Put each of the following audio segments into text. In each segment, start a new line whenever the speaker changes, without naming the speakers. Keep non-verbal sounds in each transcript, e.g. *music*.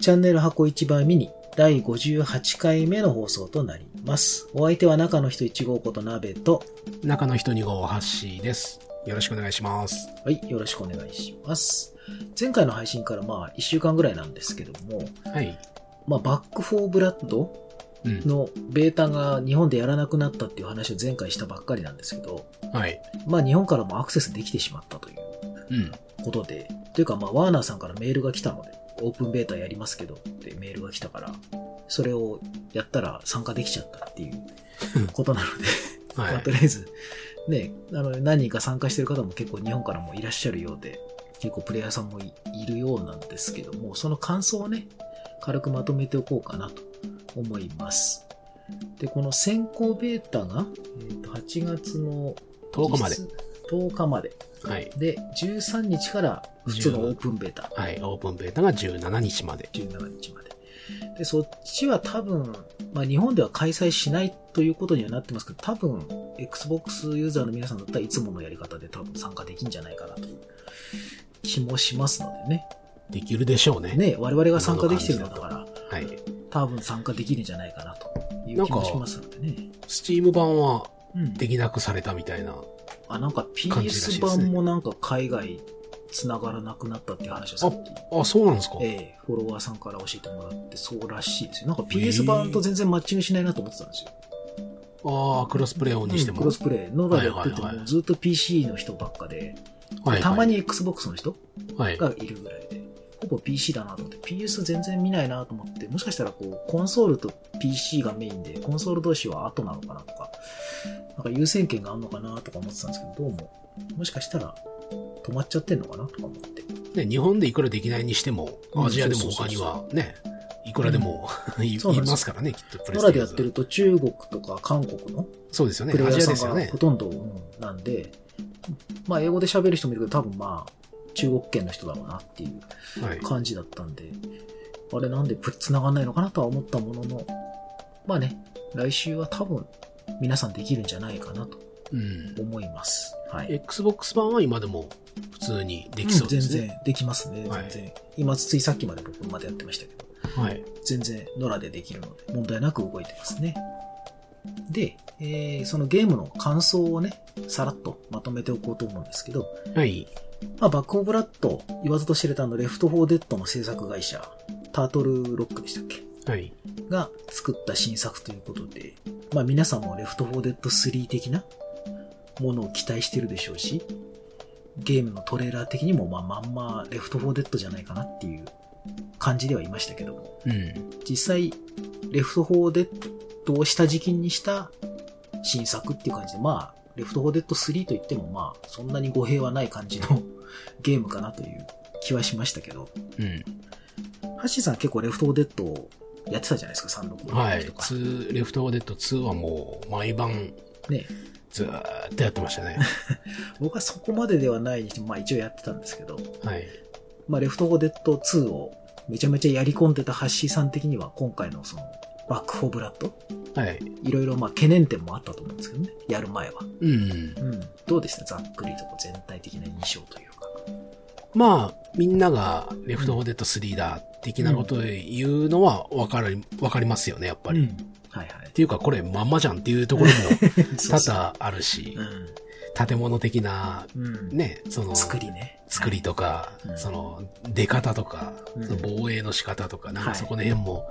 チャンネル箱1倍ミニ第58回目の放送となります。お相手は中の人1号こと鍋と、
中の人2号ハッシーです。よろしくお願いします。
はい、よろしくお願いします。前回の配信からまあ1週間ぐらいなんですけども、
はい。
まあバックフォーブラッド
うん。
のベータが日本でやらなくなったっていう話を前回したばっかりなんですけど、
はい。
まあ日本からもアクセスできてしまったという
うん。
ことで、というかまあワーナーさんからメールが来たので、オープンベータやりますけどってメールが来たから、それをやったら参加できちゃったっていうことなので、
は
まあとりあえず、ね、あの、何人か参加してる方も結構日本からもいらっしゃるようで、結構プレイヤーさんもいいるようなんですけども、その感想をね、軽くまとめておこうかなと思います。で、この先行ベータが、えーと8月の
い。10日まで。。
10日まで。
はい。
で、13日から普通のオープンベータ。
はい。オープンベータが17日まで。
17日まで。で、そっちは多分、まあ日本では開催しないということにはなってますけど、多分、Xbox ユーザーの皆さんだったらいつものやり方で多分参加できんじゃないかなという気もしますのでね。
できるでしょうね。
ね、我々が参加できてるのだから、
はい。
多分参加できるんじゃないかなという気もしますのでね。
スチーム版は
うん。
できなくされたみたいな。
あ、なんか
感じらしいです
PS
ね
版もなんか海外繋がらなくなったっていう話をさっき
あ、そうなんですか。
ええ、フォロワーさんから教えてもらって、そうらしいですよ。なんか PS 版と全然マッチングしないなと思ってたんですよ。
ああ、クロスプレイオンにしても。
クロスプレイ。ノラでやってて
はいはいは
も
い
ずっと PC の人ばっかで、
はいはい
たま。に Xbox の人
はい。
がいるぐらいで、ほぼ PC だなと思って、PS 全然見ないなと思って、もしかしたらこう、コンソールと PC がメインで、コンソール同士は後なのかなとか、なんか優先権があるのかなとか思ってたんですけど、どうも、もしかしたら止まっちゃってんのかなとか思って。
ね、日本でいくらできないにしても、
うん
アジアでも
そうそう
他に
そう
はね、いくらでも *laughs* いい
そうなんですよ
ますからね、きっとプレ
ノ
ス
ラ
テ
でや
ー
っ
ジ
てると中国とか韓国の
そうですよね。
プレイ
ア
ヤ
ジア
ー
です
さ
よ
んが
ね
ほ。とんどうんなんで、まあ英語で喋る人もいるけど、多分まあ中国圏の人だろうなっていう
はい。
感じだったんで、あれなんでプ繋がんないのかなとは思ったものの、まあね、来週は多分皆さんできるんじゃないかなと
うん。
思います。はい。
Xbox 版は今でも普通にできそうです
ん全
ね。
然できますね、
はい
全然。今ついさっきまで僕までやってましたけど、
はい。
全然野良でできるので問題なく動いてますね。で、えーそのゲームの感想をね、さらっとまとめておこうと思うんですけど、
はい。
まあ、バックオブラッド、言わずと知れたあの、レフト・フォー・デッドの制作会社、タートル・ロックでしたっけ
はい。
が作った新作ということで、まあ皆さんもレフト・フォー・デッド3的なものを期待してるでしょうし、ゲームのトレーラー的にもまあまんまレフト・フォー・デッドじゃないかなっていう感じではいましたけども、
うん。
実際、レフト・フォー・デッドを下敷きにした新作っていう感じで、まあ、レフト・フォー・デッド3といっても、まあ、そんなに語弊はない感じの *laughs* ゲームかなという気はしましたけど、
うん。
ハッシーさん結構レフト・フォー・デッドをやってたじゃないですか、36
はい。
とか。
2、レフトオーデッド2はもう毎晩
ね、
ずーっとやってました
*laughs*
ね。
僕はそこまでではないにしても、まあ一応やってたんですけど、
はい。
まあ、レフト・フォー・デッド2をめちゃめちゃやり込んでたハッシーさん的には、今回のその、バック・フォー・ブラッド、
はい。
いろいろまあ懸念点もあったと思うんですけどね、やる前は。
うん。
うん、どうでしたざっくりとこう全体的な印象というか。
まあ、みんながレフトオーデッド3だ的なことを言うのはわかる、わかりますよね、やっぱり。
う
っ
んはい
*laughs*
はい。
ていうか、これまんまじゃんっていうところも
そ
多
う *laughs* そう
々あるし
う、。
建物的なん
うん。
ね、その、
作りね。
作りとか、
うん
その出方とか、
うん
その防衛の仕方とか、なん
は
か
い
そこの辺も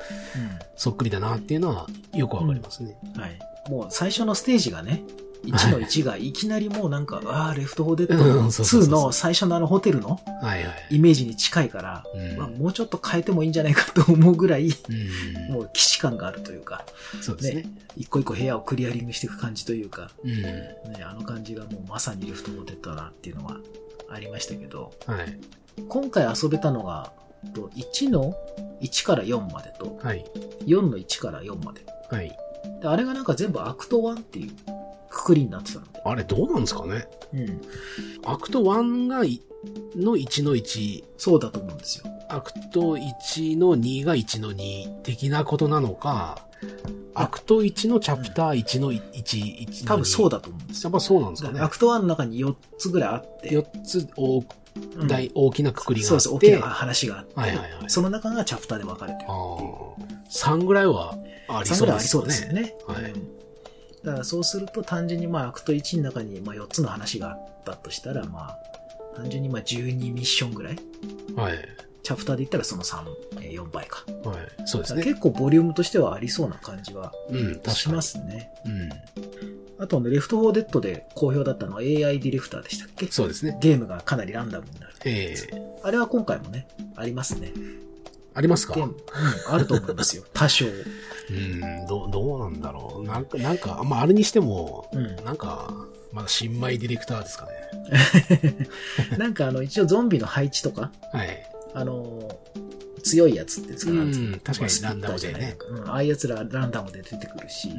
そっくりだなっていうのはよくわかりますね。
うん。はい。もう最初のステージがね、1の1がいきなりもうなん
*laughs*
か、ああ、レフト・フォー・デッド
う
の
んそうそうそう
2
そう
の最初のあのホテルの
はいはい。
イメージに近いから、
うん
まあ、もうちょっと変えてもいいんじゃないかと思うぐらい、 *laughs*
うん
もう既視感があるというか、
そうですね。
一個一個部屋をクリアリングしていく感じというか、
うん
ね、あの感じがもうまさにレフト・フォー・デッドだなっていうのはありましたけど、
はい。
今回遊べたのが、えっと1の1から4までと、
はい。
4の1から4まで。
はい。
であれがなんか全部アクト1っていうくくりになってたので。
あれどうなんですかね
うん。
アクト1がいの1の1、
そうだと思うんですよ。
アクト1の2が1の2的なことなのか、アクト1のチャプター1の1、1の2。
多分そうだと思うんですよ。
やっぱそうなんですかね
ア。クト1の中に4つぐらいあって、
4つ多
うん
大、大きなくくりが
そ
あ
うで
っ
す、大き
て、
な話があって、
はいはいはい
その中がチャプターで分かれてる
あ3ぐらいはあ
3
り
ぐ
そう
らいあ
で
り
す
そう
よ
ですよ
ね。
ね。
はい
うんだからそうすると単純にまあアクト1の中にまあ4つの話があったとしたらまあ単純にまあ12ミッションぐらい
はい。
チャプターで言ったらその3、えー4倍か。
はい。そうです
だから
ね。
結構ボリュームとしてはありそうな感じは
うん、確かに。
しますね。
うん。
あとね、レフト4デッドで好評だったのは AI ディレクターでしたっけ
そうですね。
ゲームがかなりランダムになる。
ええ
あれは今回もね、ありますね。
ありますか
ゲーム、うん、あると思います
*laughs*
よ。多少。う
うん、どう、どうなんだろう。なんか、なんか、まあ、あれにしても、 *laughs*
ん。
なんか、まだ新米ディレクターですかね。
なんかあの、一応ゾンビの配置とか、
はい。
あのー強いやつっていうんですか、
うん
なんつうの
確かに
まあスピッター
ランダムでね
じゃないのかうんああいうやつらランダムで出てくるし、
うん。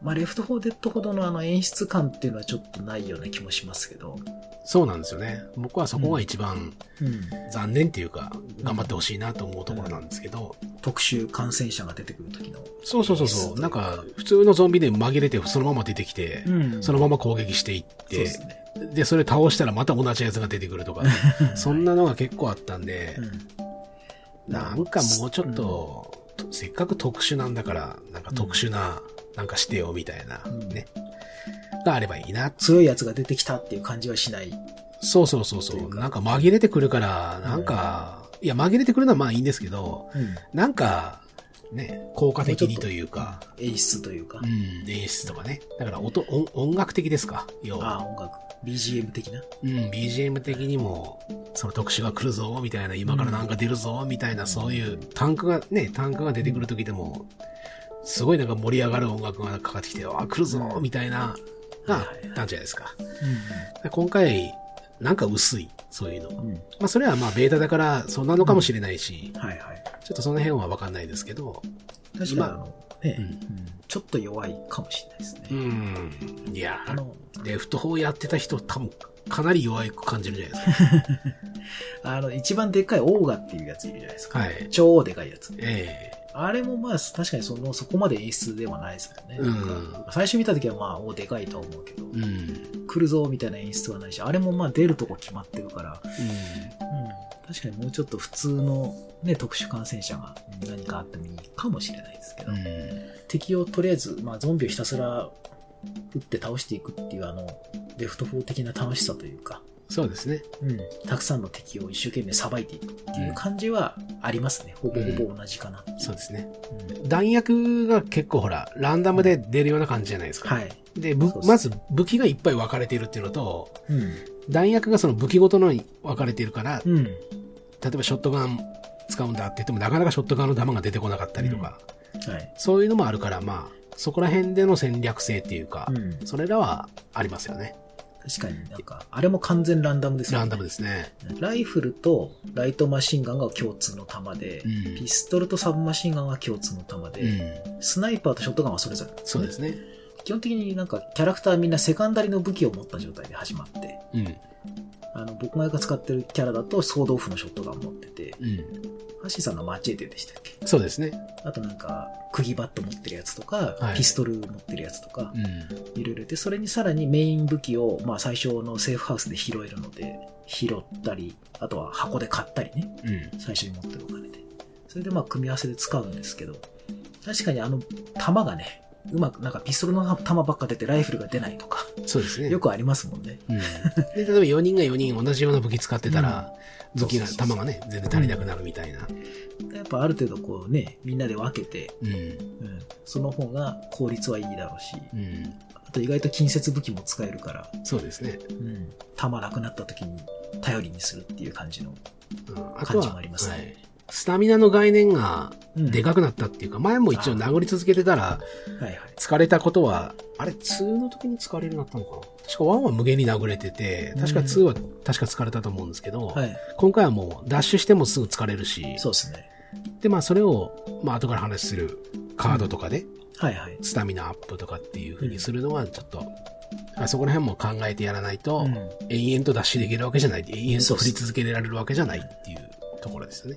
まあ、レフト4デッドほどのあの演出感っていうのはちょっとないような気もしますけど、
そうなんですよね。僕はそこが一番
うん、
残念っていうか、頑張ってほしいなと思うところなんですけど、
特殊感染者が出てくる時の、
そうそうそう
そ
そうう。なんか、普通のゾンビで紛れて、そのまま出てきて、
うん
そのまま攻撃していっ
そうで
て、
すね。
で、それ倒したらまた同じやつが出てくる
*laughs*
とか、そんなのが結構あったんで、
うん
なんかもうちょっ、と、せっかく特殊なんだから、なんか特殊な、なんかしてよみたいな、
ん
ね。があればいいな。
強いやつが出てきたっていう感じはしない。
そうそうそう
とい
そうう。
か
なんか紛れてくるから、なんか、いや、紛れてくるのはまあいいんですけど、なんか、ね、効果的にというか、
演出というか、
うん、演出とかね。だから音、音音楽的ですか、要
ああ
は。
音楽、BGM 的な。
うん、BGM 的にも、その特集が来るぞ、みたいな、今からなんか出るぞ、みたいな、そういう、単価が、ね、単価が出てくる時でも、すごいなんか盛り上がる音楽がかかってきて、あ、来るぞ、みたいな、が、あったんじゃないですか。で今回、なんか薄い、そういうの。
うん
まあ、それはまあ、ベータだから、そうなのかもしれないし、
はいはい。
ちょっとその辺はわかんないですけど、
確かにあの、ね
うん
うんちょっと弱いかもしれないですね。
うん、いやー
あの、
レフト4やってた人多分かなり弱く感じるんじゃないです
あの、一番でっかいオーガっていうやついるじゃないです
か。
か。
はい。
超でかいやつ。
え
あれもまあ、確かにその、そこまで演出ではないですもんね。
うん
なんか最初見た時はまあ、おでかいとは思うけど、
えうん。
来るぞみたいな演出はないし、あれもまあ出るとこ決まってるから、
う
うん、確かにもうちょっと普通の、ね、特殊感染者が何かあってもいいかもしれないですけど、
ん。
敵をとりあえず、まあ、ゾンビをひたすら撃って倒していくっていうあのレフト4的な楽しさというか、
そうですね。
うん、たくさんの敵を一生懸命さばいていくっていう感じはありますね、ほぼほぼ同じかな、
そうですね。
うん
弾薬が結構ほら、ランダムで出るような感じじゃないですか。
はい、
で、ぶ
そうそう
まず武器がいっぱい分かれているっていうのと、
うん
弾薬がその武器ごとのに分かれているから、例
うん、
えばショットガン使うんだって言っても、なかなかショットガンの弾が出てこなかったりとか、
はい、
そういうのもあるから、まあ、そこら辺での戦略性っていうか、
うん、
それらはありますよね。
確かになんかあれも完全ランダムですよ
ラ
ね
ンダムですね。
ライフルとライトマシンガンが共通の弾で、
うん
ピストルとサブマシンガンが共通の弾で、
うん。
スナイパーとショットガンはそれぞれ、
そうですね。
基本的になんかキャラクターみんなセカンダリの武器を持った状態で始まって、
うん。
あの、僕が使ってるキャラだと総豆腐のショットガン持ってて、
うん。
ハッシーさんがマチエテでしたっけ
そうですね。
あとなんか、釘バット持ってるやつとか、
はい
ピストル持ってるやつとか
う、ん。
いろいろいて、それにさらにメイン武器を、まあ最初のセーフハウスで拾えるので、拾ったり、あとは箱で買ったりね。
うん。
最初に持ってるお金で。それでまあ組み合わせで使うんですけど、確かにあの弾がね、うまく、なんかピストルの弾ばっか出てライフルが出ないとか、
そうですね。
よくありますもんね。 *laughs*
うん。で、例えば4人が4人同じような武器使ってたら、武器が、
そうそうそう
弾がね、全然足りなくなるみたいな。
やっぱある程度こうね、みんなで分けて、
うん。
うん、その方が効率はいいだろうし、
うん。
あと意外と近接武器も使えるから、
そうですね。
うん、弾なくなった時に頼りにするっていう感じの。
うん。
感じもありますね
はいスタミナの概念が
うん
でかくなったっていうか、前も一応殴り続けてたら、
はいはい。
疲れたことは、あれ、2の時に疲れるようになったのかな確か1は無限に殴れてて、確か2は確か疲れたと思うんですけど、
はい。
今回はもうダッシュしてもすぐ疲れるし、
そうですね。
で、まあ、それを、まあ、後から話するカードとかで、
はいはい。
スタミナアップとかっていう風にするのは、ちょっと、あそこら辺も考えてやらないと、
うん
延々と脱脂できるわけじゃない、延々
そ
と
うっす
振り続けられるわけじゃないっていうところですよね。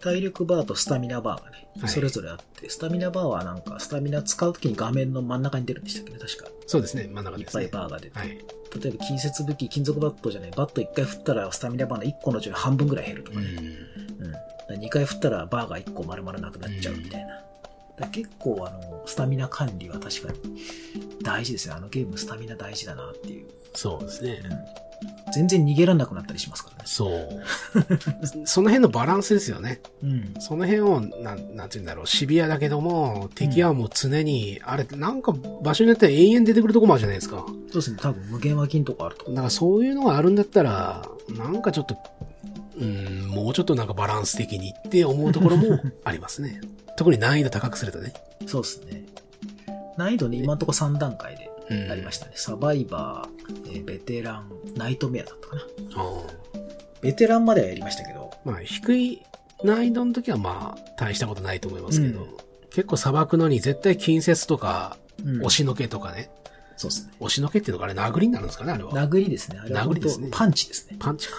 確体力バーとスタミナバーがね、
はい
それぞれあって、スタミナバーはなんか、スタミナ使うときに画面の真ん中に出るんでしたっけね、確か。
そうですね、真ん中
いっ
です
ぱ
ね。
いバーが出て。
はい。
例えば、近接武器、金属バットじゃない、バット1回振ったらスタミナバーの1個のうちの半分ぐらい減ると
う
かね。
ん。
うん。だ2回振ったらバーが1個丸々なくなっちゃうみたいな。だから結構、あの、スタミナ管理は確かに大事ですね。あのゲーム、スタミナ大事だなっていう。
そうですね。
全然逃げられなくなったりしますからね。 *laughs*
そう。その辺のバランスですよね。
うん。
その辺を、なん、なんて言うんだろう、シビアだけども、敵はもう常に、あれ、なんか場所によっては永遠出てくるとこもあるじゃないですか。
そうですね。多分、無限は金とかあると思う
だからそういうのがあるんだったら、なんかちょっと、うん、もうちょっとなんかバランス的にって思うとこ
*laughs*
ろもありますね。特に難易度高くするとね。
そうですね。難易度ね、今んとこ3段階で
うん
ありましたね。サバイバー、えーベテラン、ナイトメアだったかな。
た。ああ
ベテランまではやりましたけど、
まあ、低い難易度の時はまあ、大したことないと思いますけど、
うん
結構砂漠のに絶対近接とか、
うん
押しのけとかね。
そうですね。
押しのけっていうのがあれ殴りになるんですかね、あれは。
殴りですね。あれは
殴
本
りですね
当パンチですね。
パンチか。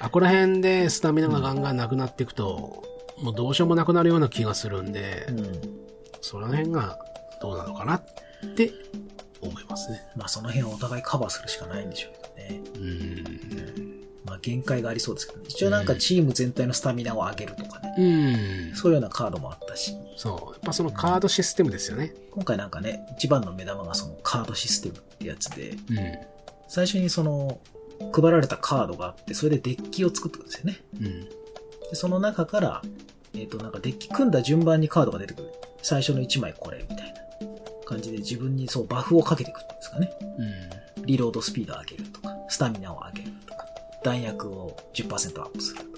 あ、こら辺でスタミナがガンガンなくなっていくと、もうどうしようもなくなるような気がするんで、
うん。
その辺がどうなのかなって思いますね。
まあその辺はお互いカバーするしかないんでしょうけどね。
うん。
まあ限界がありそうですけどね。一応なんかチーム全体のスタミナを上げるとかね。
うん。
そういうようなカードもあったし、
そう。やっぱそのカードシステムですよね。
今回なんかね、一番の目玉がそのカードシステムってやつで、
うん。
最初にその、配られたカードがあって、それでデッキを作ってくるんですよね。
うん。
でその中から、えっ、と、なんかデッキ組んだ順番にカードが出てくる。最初の1枚これ、みたいな感じで自分にそうバフをかけていくんですかね。
うん。
リロードスピードを上げるとか、スタミナを上げるとか、弾薬を10%アップするとか、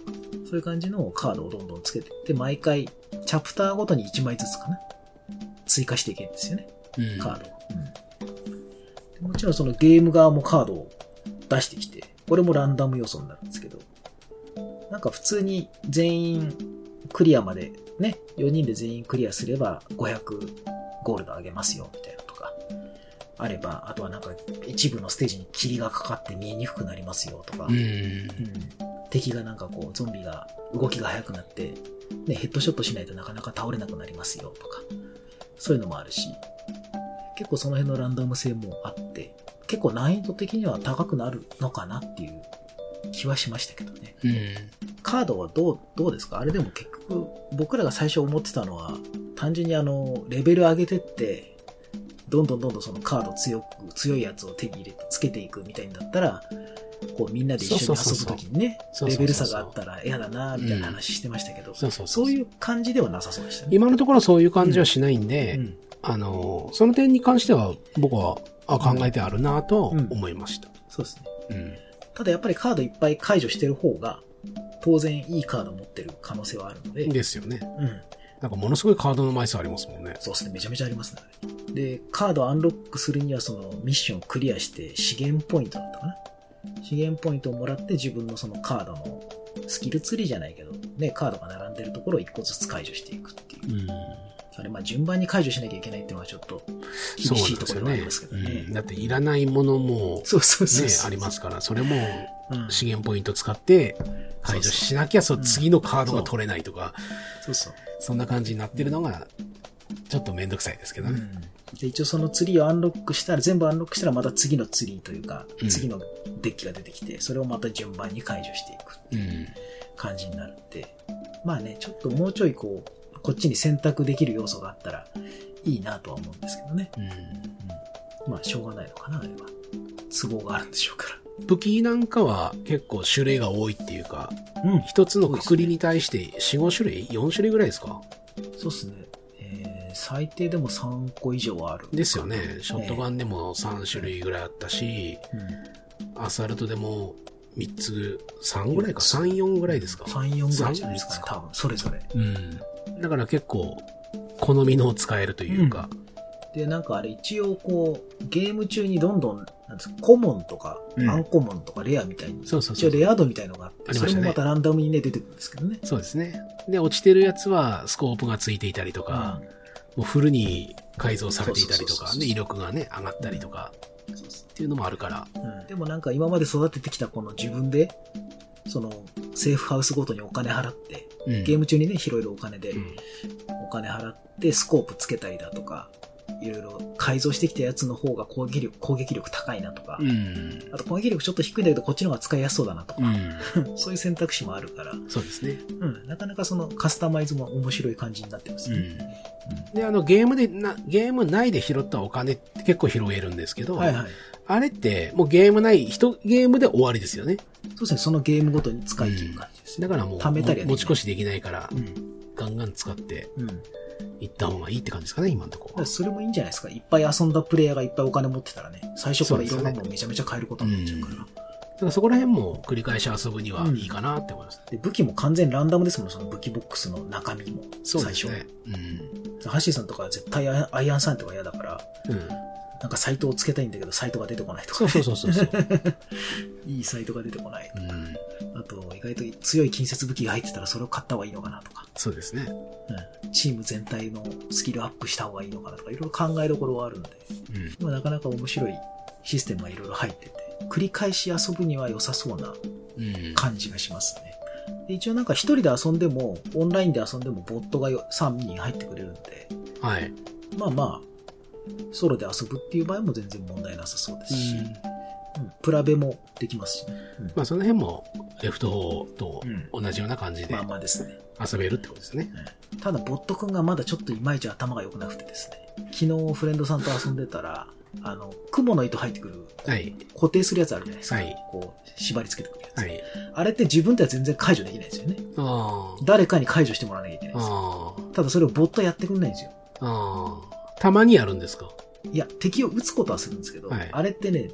そういう感じのカードをどんどんつけていって、毎回、チャプターごとに1枚ずつかな。追加していけるんですよね。
うん。
カードを、もちろんそのゲーム側もカードを出してきて、これもランダム要素になるんですけど、なんか普通に全員クリアまで、ね、4人で全員クリアすれば500ゴールドあげますよ、みたいなとか、あれば、あとはなんか一部のステージに霧がかかって見えにくくなりますよ、とか、
うん。
敵がなんかこう、ゾンビが動きが速くなって、ね、ヘッドショットしないとなかなか倒れなくなりますよとか、そういうのもあるし、結構その辺のランダム性もあって、結構難易度的には高くなるのかなっていう気はしましたけどね。
うん。
カードはどう、どうですかあれでも結局、僕らが最初思ってたのは、単純にあの、レベル上げてって、どんどんどんどんそのカード強く、強いやつを手に入れて、つけていくみたいんだったら、こうみんなで一緒に遊ぶときにね、
そうそうそうそう
レベル差があったら嫌だな、みたいな話してましたけど、
そうそう。
そういうう感じではなさそうでしたね。
今のところそういう感じはしないんで、
うん。
あの、その点に関しては僕は、あ、考えてあるなとは思いました。
そうですね。
うん。
ただやっぱりカードいっぱい解除してる方が、当然いいカード持ってる可能性はあるので、うん。
ですよね。なんかものすごいカードの枚数ありますもんね。
そうですね、めちゃめちゃありますね。で、カードをアンロックするには、そのミッションをクリアして、資源ポイントだったかな。資源ポイントをもらって、自分のそのカードのスキルツリーじゃないけど、ね、カードが並んでるところを一個ずつ解除していくっていう。
うん。
あれ、まあ順番に解除しなきゃいけないっていうのはちょっと厳しいところではありますけど
そうなんですよ
ね
うん。だっていらないものも、
そうそう
ね
そう、そう。
ありますから、それも
うん
資源ポイント使って解除しなきゃ、そう
そう
次のカードが取れないとか、
そうそう。
そんな感じになってるのが、ちょっとめんどくさいですけど
う
ね。
んで一応そのツリーをアンロックしたら、全部アンロックしたらまた次のツリーというか
うん、
次のデッキが出てきて、それをまた順番に解除していくっていう
うん。
感じになるって。まあね、ちょっともうちょいこう、こっちに選択できる要素があったらいいなとは思うんですけどね。
うん
まあ、しょうがないのかな、あれは。都合があるんでしょうか
武器なんかは結構種類が多いっていうか、
ら。うん。
一つのくくりに対して4、5種類 ?4 種類ぐらいですか
そうっすね。えー、最低でも3個以上はある。
ですよね。ショットガンでも3種類ぐらいあったし、
うん。
アサルトでも3つ、3ぐらいか、3、4ぐらいですか。
3、4ぐらいじゃないですかね
三、
多分、それぞれ。
うん。だから結構、好みのを使えるというか、
で、なんかあれ一応こう、ゲーム中にどんどん、なんですか、コモンとか、
うん
アンコモンとかレアみたいに、
そうそう
一
そ
応
う。
レア度みたいのがあっ
あ
て、
り
そ
ま
れ
したね
もまたランダムにね、出てくるんですけどね。
そうですね。で、落ちてるやつはスコープがついていたりとか、もうフルに改造されていたりと
そうそうそう
か、
そう
ね、威力がね、上がったりとか
うんそうそう
っていうのもあるから、
でもなんか今まで育ててきたこの自分で、その、セーフハウスごとにお金払って、
うん
ゲーム中にね、拾えるお金で
う、ん
お金払ってスコープつけたりだとか、いろいろ改造してきたやつの方が攻撃力、攻撃力高いなとか、
うん。
あと攻撃力ちょっと低いんだけど、こっちの方が使いやすそうだなとか、
うん。
そういう選択肢もあるから、 *laughs*
そうですね。
うん、なかなかそのカスタマイズも面白い感じになってます
う
ね。
ん。で、あの、ゲームでな、ゲーム内で拾ったお金って結構拾えるんですけど、
はいはい。
あれって、もうゲームない、一ゲームで終わりですよね。
そうですね、そのゲームごとに使い切る感じですね。
だからもう、
貯めたりはできない
持ち越しできないから、
うん。
ガンガン使って
うん。だか
いった方がいいって感じですかね、今のところ
ら
は。
それもいいんじゃないですか。いっぱい遊んだプレイヤーがいっぱいお金持ってたらね、最初からいろんなも
そうですよ
のめちゃめちゃ買えることになっちゃうから。
うんだからそこら辺も繰り返し遊ぶにはいいかなって思います。
で武器も完全ランダムですもん、その武器ボックスの中身も。
そう
最
です
初。
ね。うん。
ハッシーさんとかは絶対アイアンサインとか嫌だから、
うん。
なんかサイトをつけたいんだけど、サイトが出てこないとか、
そうそうそうそうそう。
*laughs* いいサイトが出てこない。
*laughs* うん。
あと、意外と強い近接武器が入ってたらそれを買った方がいいのかなとか、
そうですね。
うん、チーム全体のスキルアップした方がいいのかなとか、いろいろ考えどころはあるんで、
うん。
まあ、なかなか面白いシステムがいろいろ入ってて、繰り返し遊ぶには良さそうな
うん。
感じがしますね。で一応なんか一人で遊んでも、オンラインで遊んでもボットがよ3人入ってくれるんで、
はい。
まあまあ、ソロで遊ぶっていう場合も全然問題なさそうですし、うんプラベもできますし、
まあその辺も、レフト4と
うん
同じような感じで
まあまあですね。
遊べるってことですね。
ただ、ボット君がまだちょっといまいち頭が良くなくてですね、昨日フレンドさんと遊んでたら、あの、蜘蛛の糸入ってくる、
はい。
固定するやつあるじゃないですか。
はい
こう、縛り付けてくるやつ。
はい。
あれって自分では全然解除できないんですよね。
あー
誰かに解除してもらわなきゃいけないんですよ。
あー。
ただ、それをボットはやってくれないんですよ。
ああ。たまにやるんですか
いや、敵を撃つことはするんですけど、
はい
あれってね、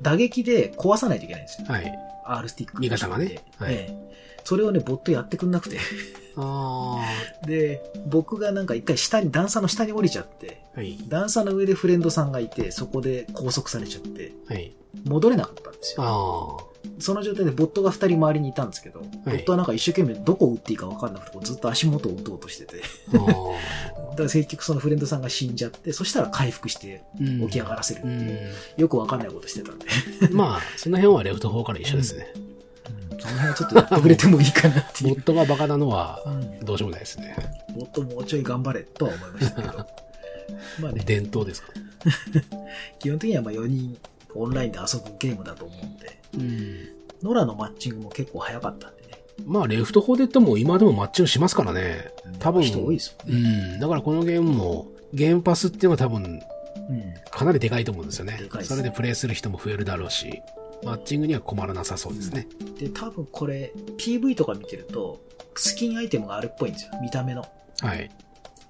打撃で壊さないといけないんですよ。
はい。
R スティック。
味方がねはい
ええそれをね、ボットやってくんなくて。 *laughs*
あ
で、僕がなんか一回下に、段差の下に降りちゃって、
あ。はい。
段差の上でフレンドさんがいて、そこで拘束されちゃって、
はい。
戻れなかったんですよ。
あ
その状態でボットが二人周りにいたんですけど、ボットはなんか一生懸命どこを打っていいか分かんなくて、こうずっと足元を打とうとしてて、
あ。あ
だから結局そのフレンドさんが死んじゃって、そしたら回復して
ー
起き上がらせるって
*laughs* う。
いうんよく分かんないことしてたんで、
まあ、その辺はレフト4から一緒ですね。
その辺はちょっとやってくれてもいいかなってい
ボ
う。
ットがバカなのは、
うん
どうしようもないですね。
もっともうちょい頑張れとは思いましたけ
*laughs*
ど。まあね、
伝統ですか。
基本的にはまあ4人オンラインで遊ぶゲームだと思うんで、
うん。
ノラのマッチングも結構早かったんでね。
まあ、レフト4で言っても今でもマッチングしますからね。多分。
人多いですもん
う
ね。
ん。だからこのゲームも、ゲームパスっていうのは多分、
うん
かなりでかいと思うんですよね
でかい。です
それでプレイする人も増えるだろうし、マッチングには困らなさそうですね。
で、多分これ、PV とか見てると、スキンアイテムがあるっぽいんですよ。見た目の
はい。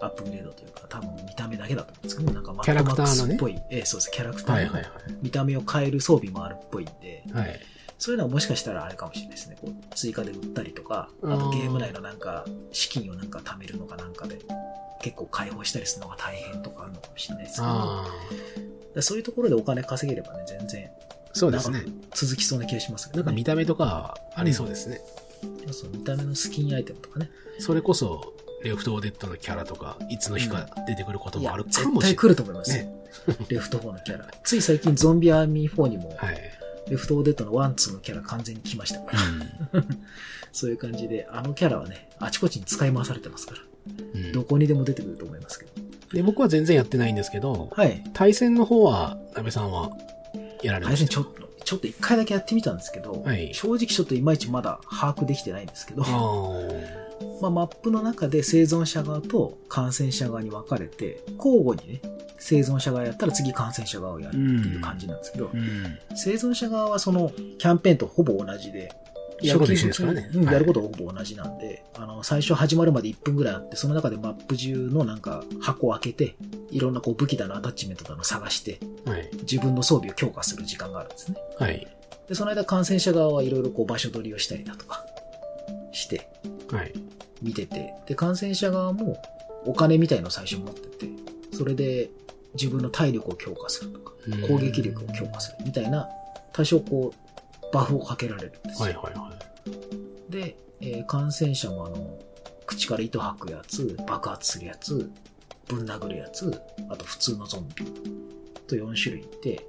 アップグレードというか、多分見た目だけだと思うんですけど、なんかマ
キャ
ッ
ラ
ド
ク
マッ
タ
ク
ーの
ス
ね
っぽい、ええそうです、キャラクタ
はい
ー
はい
の見た目を変える装備もあるっぽいんで、
はい。はい。
そういうのはもしかしたらあれかもしれないですね。こう追加で売ったりとか、あ
あー
とゲーム内のなんか、資金をなんか貯めるのかなんかで、結構解放したりするのが大変とかあるのかもしれないですけど、だか
ああ。
らそういうところでお金稼げればね、全然
そうですね。
続きそうな気がしますけ
な
ど、
んか
ね。
見た目とかありそうですね。
そう見た目のスキンアイテムとかね。
それこそ、レフトオーデッドのキャラとか、いつの日か出てくること
い
も
や
あるか
絶
もし
対
れない。
来ると思いますよ。 *laughs* レフト4のキャラ。つい最近ゾンビアーミー4にも、
はい。
レフトオーデッドのワンツーのキャラ完全に来ましたから。そういう感じで、あのキャラはね、あちこちに使い回されてますから。
うん
どこにでも出てくると思いますけど。
で、僕は全然やってないんですけど、
はい。
対戦の方は、なべさんは、やられま
対
し
戦
た。
ちょっと、ちょっと一回だけやってみたんですけど、
はい
正直ちょっといまいちまだ把握できてないんですけど、ま
あ
あ、マップの中で生存者側と感染者側に分かれて、交互にね、生存者側やったら次感染者側をやるっていう感じなんですけど、
あ。うん。
生存者側はそのキャンペーンとほぼ同じで、
やること一緒ですからね
初期うん
はい
やることはほぼ同じなんで、あの、最初始まるまで1分ぐらいあって、その中でマップ中のなんか箱を開けて、いろんなこう武器だのアタッチメントだの探して、
はい。
自分の装備を強化する時間があるんですね。
はい。
で、その間感染者側はいろいろこう場所取りをしたりだとかして、
はい。
見てて、で、感染者側もお金みたいのを最初持ってて、それで自分の体力を強化するとか、攻撃力を強化するみたいな、多少こう、バフをかけられるんですよ。
はいはいは
で、えー感染者もあの、口から糸吐くやつ、爆発するやつ、ぶん殴るやつ、あと普通のゾンビと4種類いて、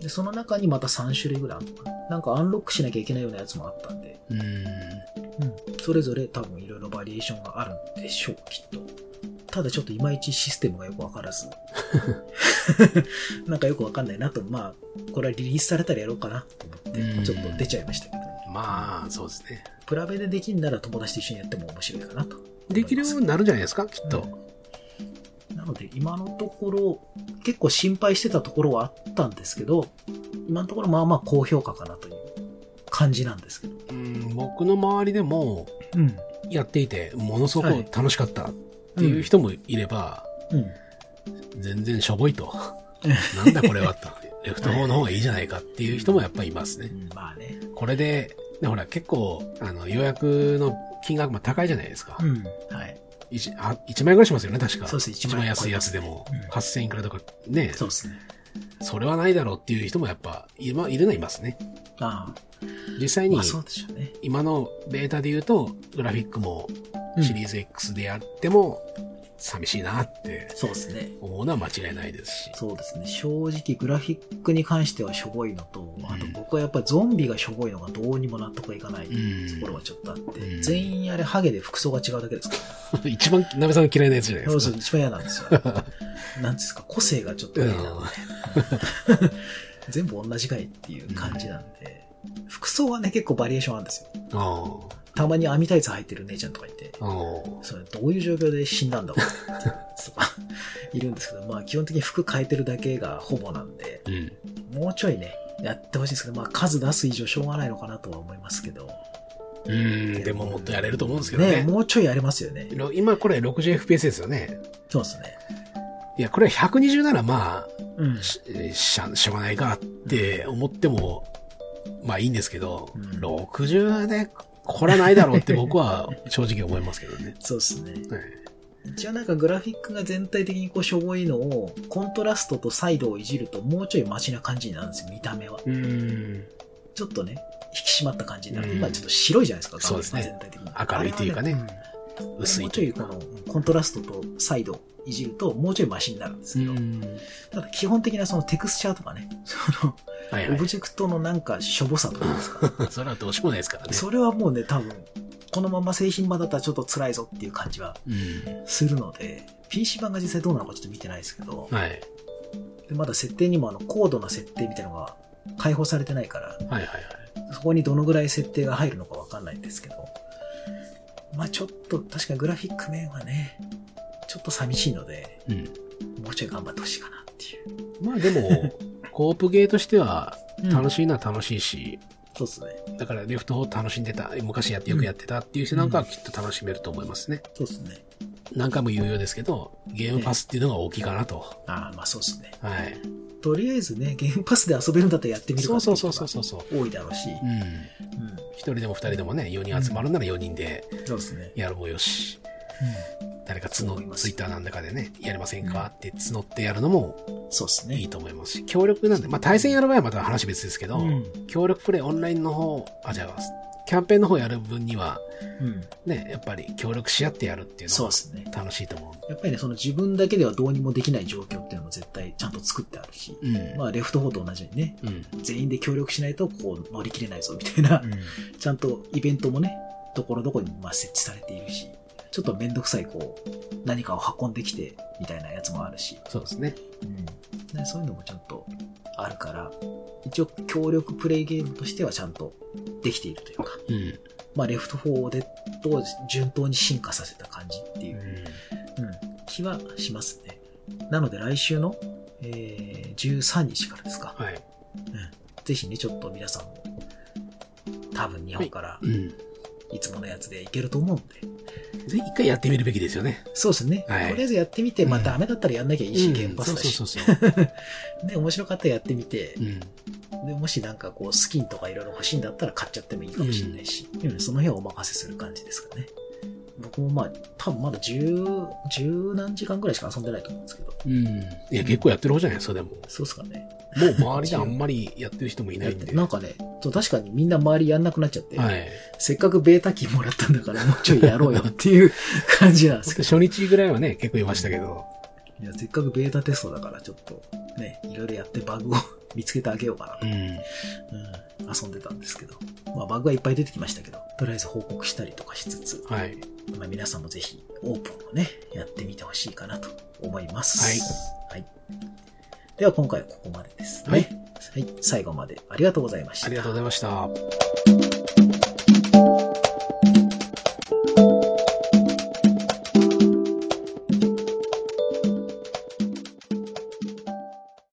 で、その中にまた3種類ぐらいあるのかな。なんかアンロックしなきゃいけないようなやつもあったんで、
い。うん。
そそれぞれ多分いろいろバリエーションがあるんでしょう、きっと。ただちょっといまいちシステムがよくわからず。 *laughs* なんかよくわかんないなと、まあ、これはリリースされたらやろうかなと思
う
っ
ん
て、ちょっと出ちゃいましたけどね。
まあ、そうですね。
プラベでできんなら友達と一緒にやっても面白いかなと思います。
できるようになるんじゃないですか、きっと。
うんなので今のところ結構心配してたところはあったんですけど今のところまあまあ高評価かなという感じなんですけど、
うん、僕の周りでも、
うん、
やっていて、ものすごく
はい
楽しかったっていう人もいれば、
うん、
全然しょぼい *laughs* と。なんだこれはと。レフト4の方がいいじゃないかっていう人もやっぱりいますね。
まあね、
これで、でほら、結構、あの、予約の金額も高いじゃないですか。
ん、はい
一あ1万円ぐらいしますよね、確か。
そうですね
一番安いやつでも、
うん
8000いくらとか、ね、
そうですね
それはないだろうっていう人もやっぱ、今、いるのはいますね。
あ
実際
あ
に
まあ、そうでしょうね
今のベータで言うと、グラフィックも
うん
シリーズ X でやっても、寂しいなって
そうですね
思うのは間違いないですし。 *laughs*
そうですね正直グラフィックに関してはしょぼいのと
ん
あと僕はやっぱゾンビがしょぼいのがどうにも納得いかない
うん
ところはちょっとあって、
うん
全員あれハゲで服装が違うだけですから
一番、なべさんの嫌いなやつじゃない
そう
です
そ
か
う。一番嫌なん
*laughs*
ですよなんですか個性がちょっと嫌なので、全部同じかいっていう感じなんで、服装はね、結構バリエーションあるんですよ。
あ
たまに網タイツ履いてる姉ちゃんとかいて、
あ、あ
それどういう状況で死んだんだろうっていうやつとか *laughs* いるんですけど、まあ基本的に服変えてるだけがほぼなんで、
あ、うん。
もうちょいね、やってほしいですけど、まあ数出す以上しょうがないのかなとは思いますけど。
うん、でももっとやれると思うんですけどね。
もうちょいやりますよね。
ろ今これ 60fps ですよね。
そうですね。
いや、これ120ならま
うん
あ、。ししゃ、しょうがないかって思っても、まあいいんですけど、
うん
60でこれはないだろう *laughs* って僕は正直思いますけどね。
そうですね。
はい
一応なんかグラフィックが全体的にこうしょぼいのをコントラストとサイドをいじるともうちょいマシな感じになるんですよ見た目は
うん。
ちょっとね引き締まった感じになる、
うん
今ちょっと白いじゃないですか
そうですね
画面が全体的に
明るいというかね
あれはうん
薄
も
いうと
ちょ
い
いうこ
か。
のコントラストとサイドをいじるともうちょいマシになるんです
う
けど、
ん。
ただ基本的なそのテクスチャーとかねその
はい
オ
はい
ブ。ジェクトのなんかしょぼさとかですか、
それはどうしようもないですからね。
それはもうね多分このまま製品版だったらちょっと辛いぞっていう感じは
うん。
するので PC 版が実際どうなのかちょっと見てないですけど、
はい。
でまだ設定にもあの高度な設定みたいなのが解放されてないから、
はいはいはい。
そこにどのぐらい設定が入るのかわかんないんですけど、まあちょっと確かグラフィック面はね、ちょっと寂しいので、
うん。
もうちょい頑張ってほしいかなっていう。
まあで *laughs* も、コープゲーとしては、楽
しい。
しいのは楽しいし、
そうですね。
だからレフト4楽しんでた、昔やってよくやってたっていう人なんかはきっと楽しめると思いますね。
そうですね。
何回も言うようですけど、ゲームパスっていうのが大きいかなと。
ああ、まあそうですね。
はい。
とりあえずね、ゲームパスで遊べるんだったらやってみるか
そ
っ
う
てい
そううそ
人
うそうそう
が
そう。
多いだろうし、
うん。
うん
一人でも二人でもね、4人集まるなら4人で
そうですね。
やるもよし、誰か
そう思い
募、
ます
ツイッターなんだかでね、やりませんかって募ってやるのも
そうです
いい
ね。
と思いますし、協力なんで、まあ対戦やる場合はまた話別ですけど、
うん
協力プレイオンラインの方、あ、じゃあ、キャンペーンの方やる分には、
うん。
ね、やっぱり協力し合ってやるっていう
そ
の
うで
が
すね。
楽しいと思
やっぱりね、その自分だけではどうにもできない状況っていうのも絶対ちゃんと作ってあるし、
う。うん。
まあ、レフト4と同じようにね、
うん。
全員で協力しないとこう乗り切れないぞみたいな、ちゃんとイベントもね、ところどころにまあ設置されているし、ちょっとめんどくさいこう、何かを運んできてみたいなやつもあるし、
そうですね。
ねそういうのもちゃんとあるから、一応協力プレイゲームとしてはちゃんとできているというか、
うん。
まあ、レフト4でと順当に進化させた感じっていううん、気はしますね。なので来週の、えー13日からですか。
はい。
ぜひね、ちょっと皆さんも、多分日本から
うん。
いつものやつでいけると思うんで。
ぜひ一回やってみるべきですよね。
そうですね。
はい
とりあえずやってみて、まあ
うん
ダメだったらやんなきゃいいし、ゲームパスだし
そ。うそうそうそう。
ね、面白かったらやってみて
う、ん。
でもしなんかこう、スキンとかいろいろ欲しいんだったら買っちゃってもいいかもしれないし、うんその辺はお任せする感じですかね。僕もまあ、多分まだ十、十何時間ぐらいしか遊んでないと思うんですけど。
うん。いや、結構やってる方じゃないですか、でも。も
そうですかね。
う周りであんまりやってる人もいないんで。
なんかね、そう確かにみんな周りやんなくなっちゃって、
はい。
せっかくベータ機もらったんだからもうちょいやろうよっていう感じなんですけ
初日ぐらいはね、結構いましたけど。
ど、いやせっかくベータ *laughs* テストだからちょっとね、いろいろやってバグを見つけてあげようか
うん。
なと、うん遊んでたんですけど、まあ、バグはいっぱい出てきましたけど、とりあえず報告したりとかしつつ、
はい。
まあ、皆さんもぜひオープンをね、やってみてほしいかなと思います。はい。では今回はここまでですね。はい。最後までありがとうございました
あり。がとうございました。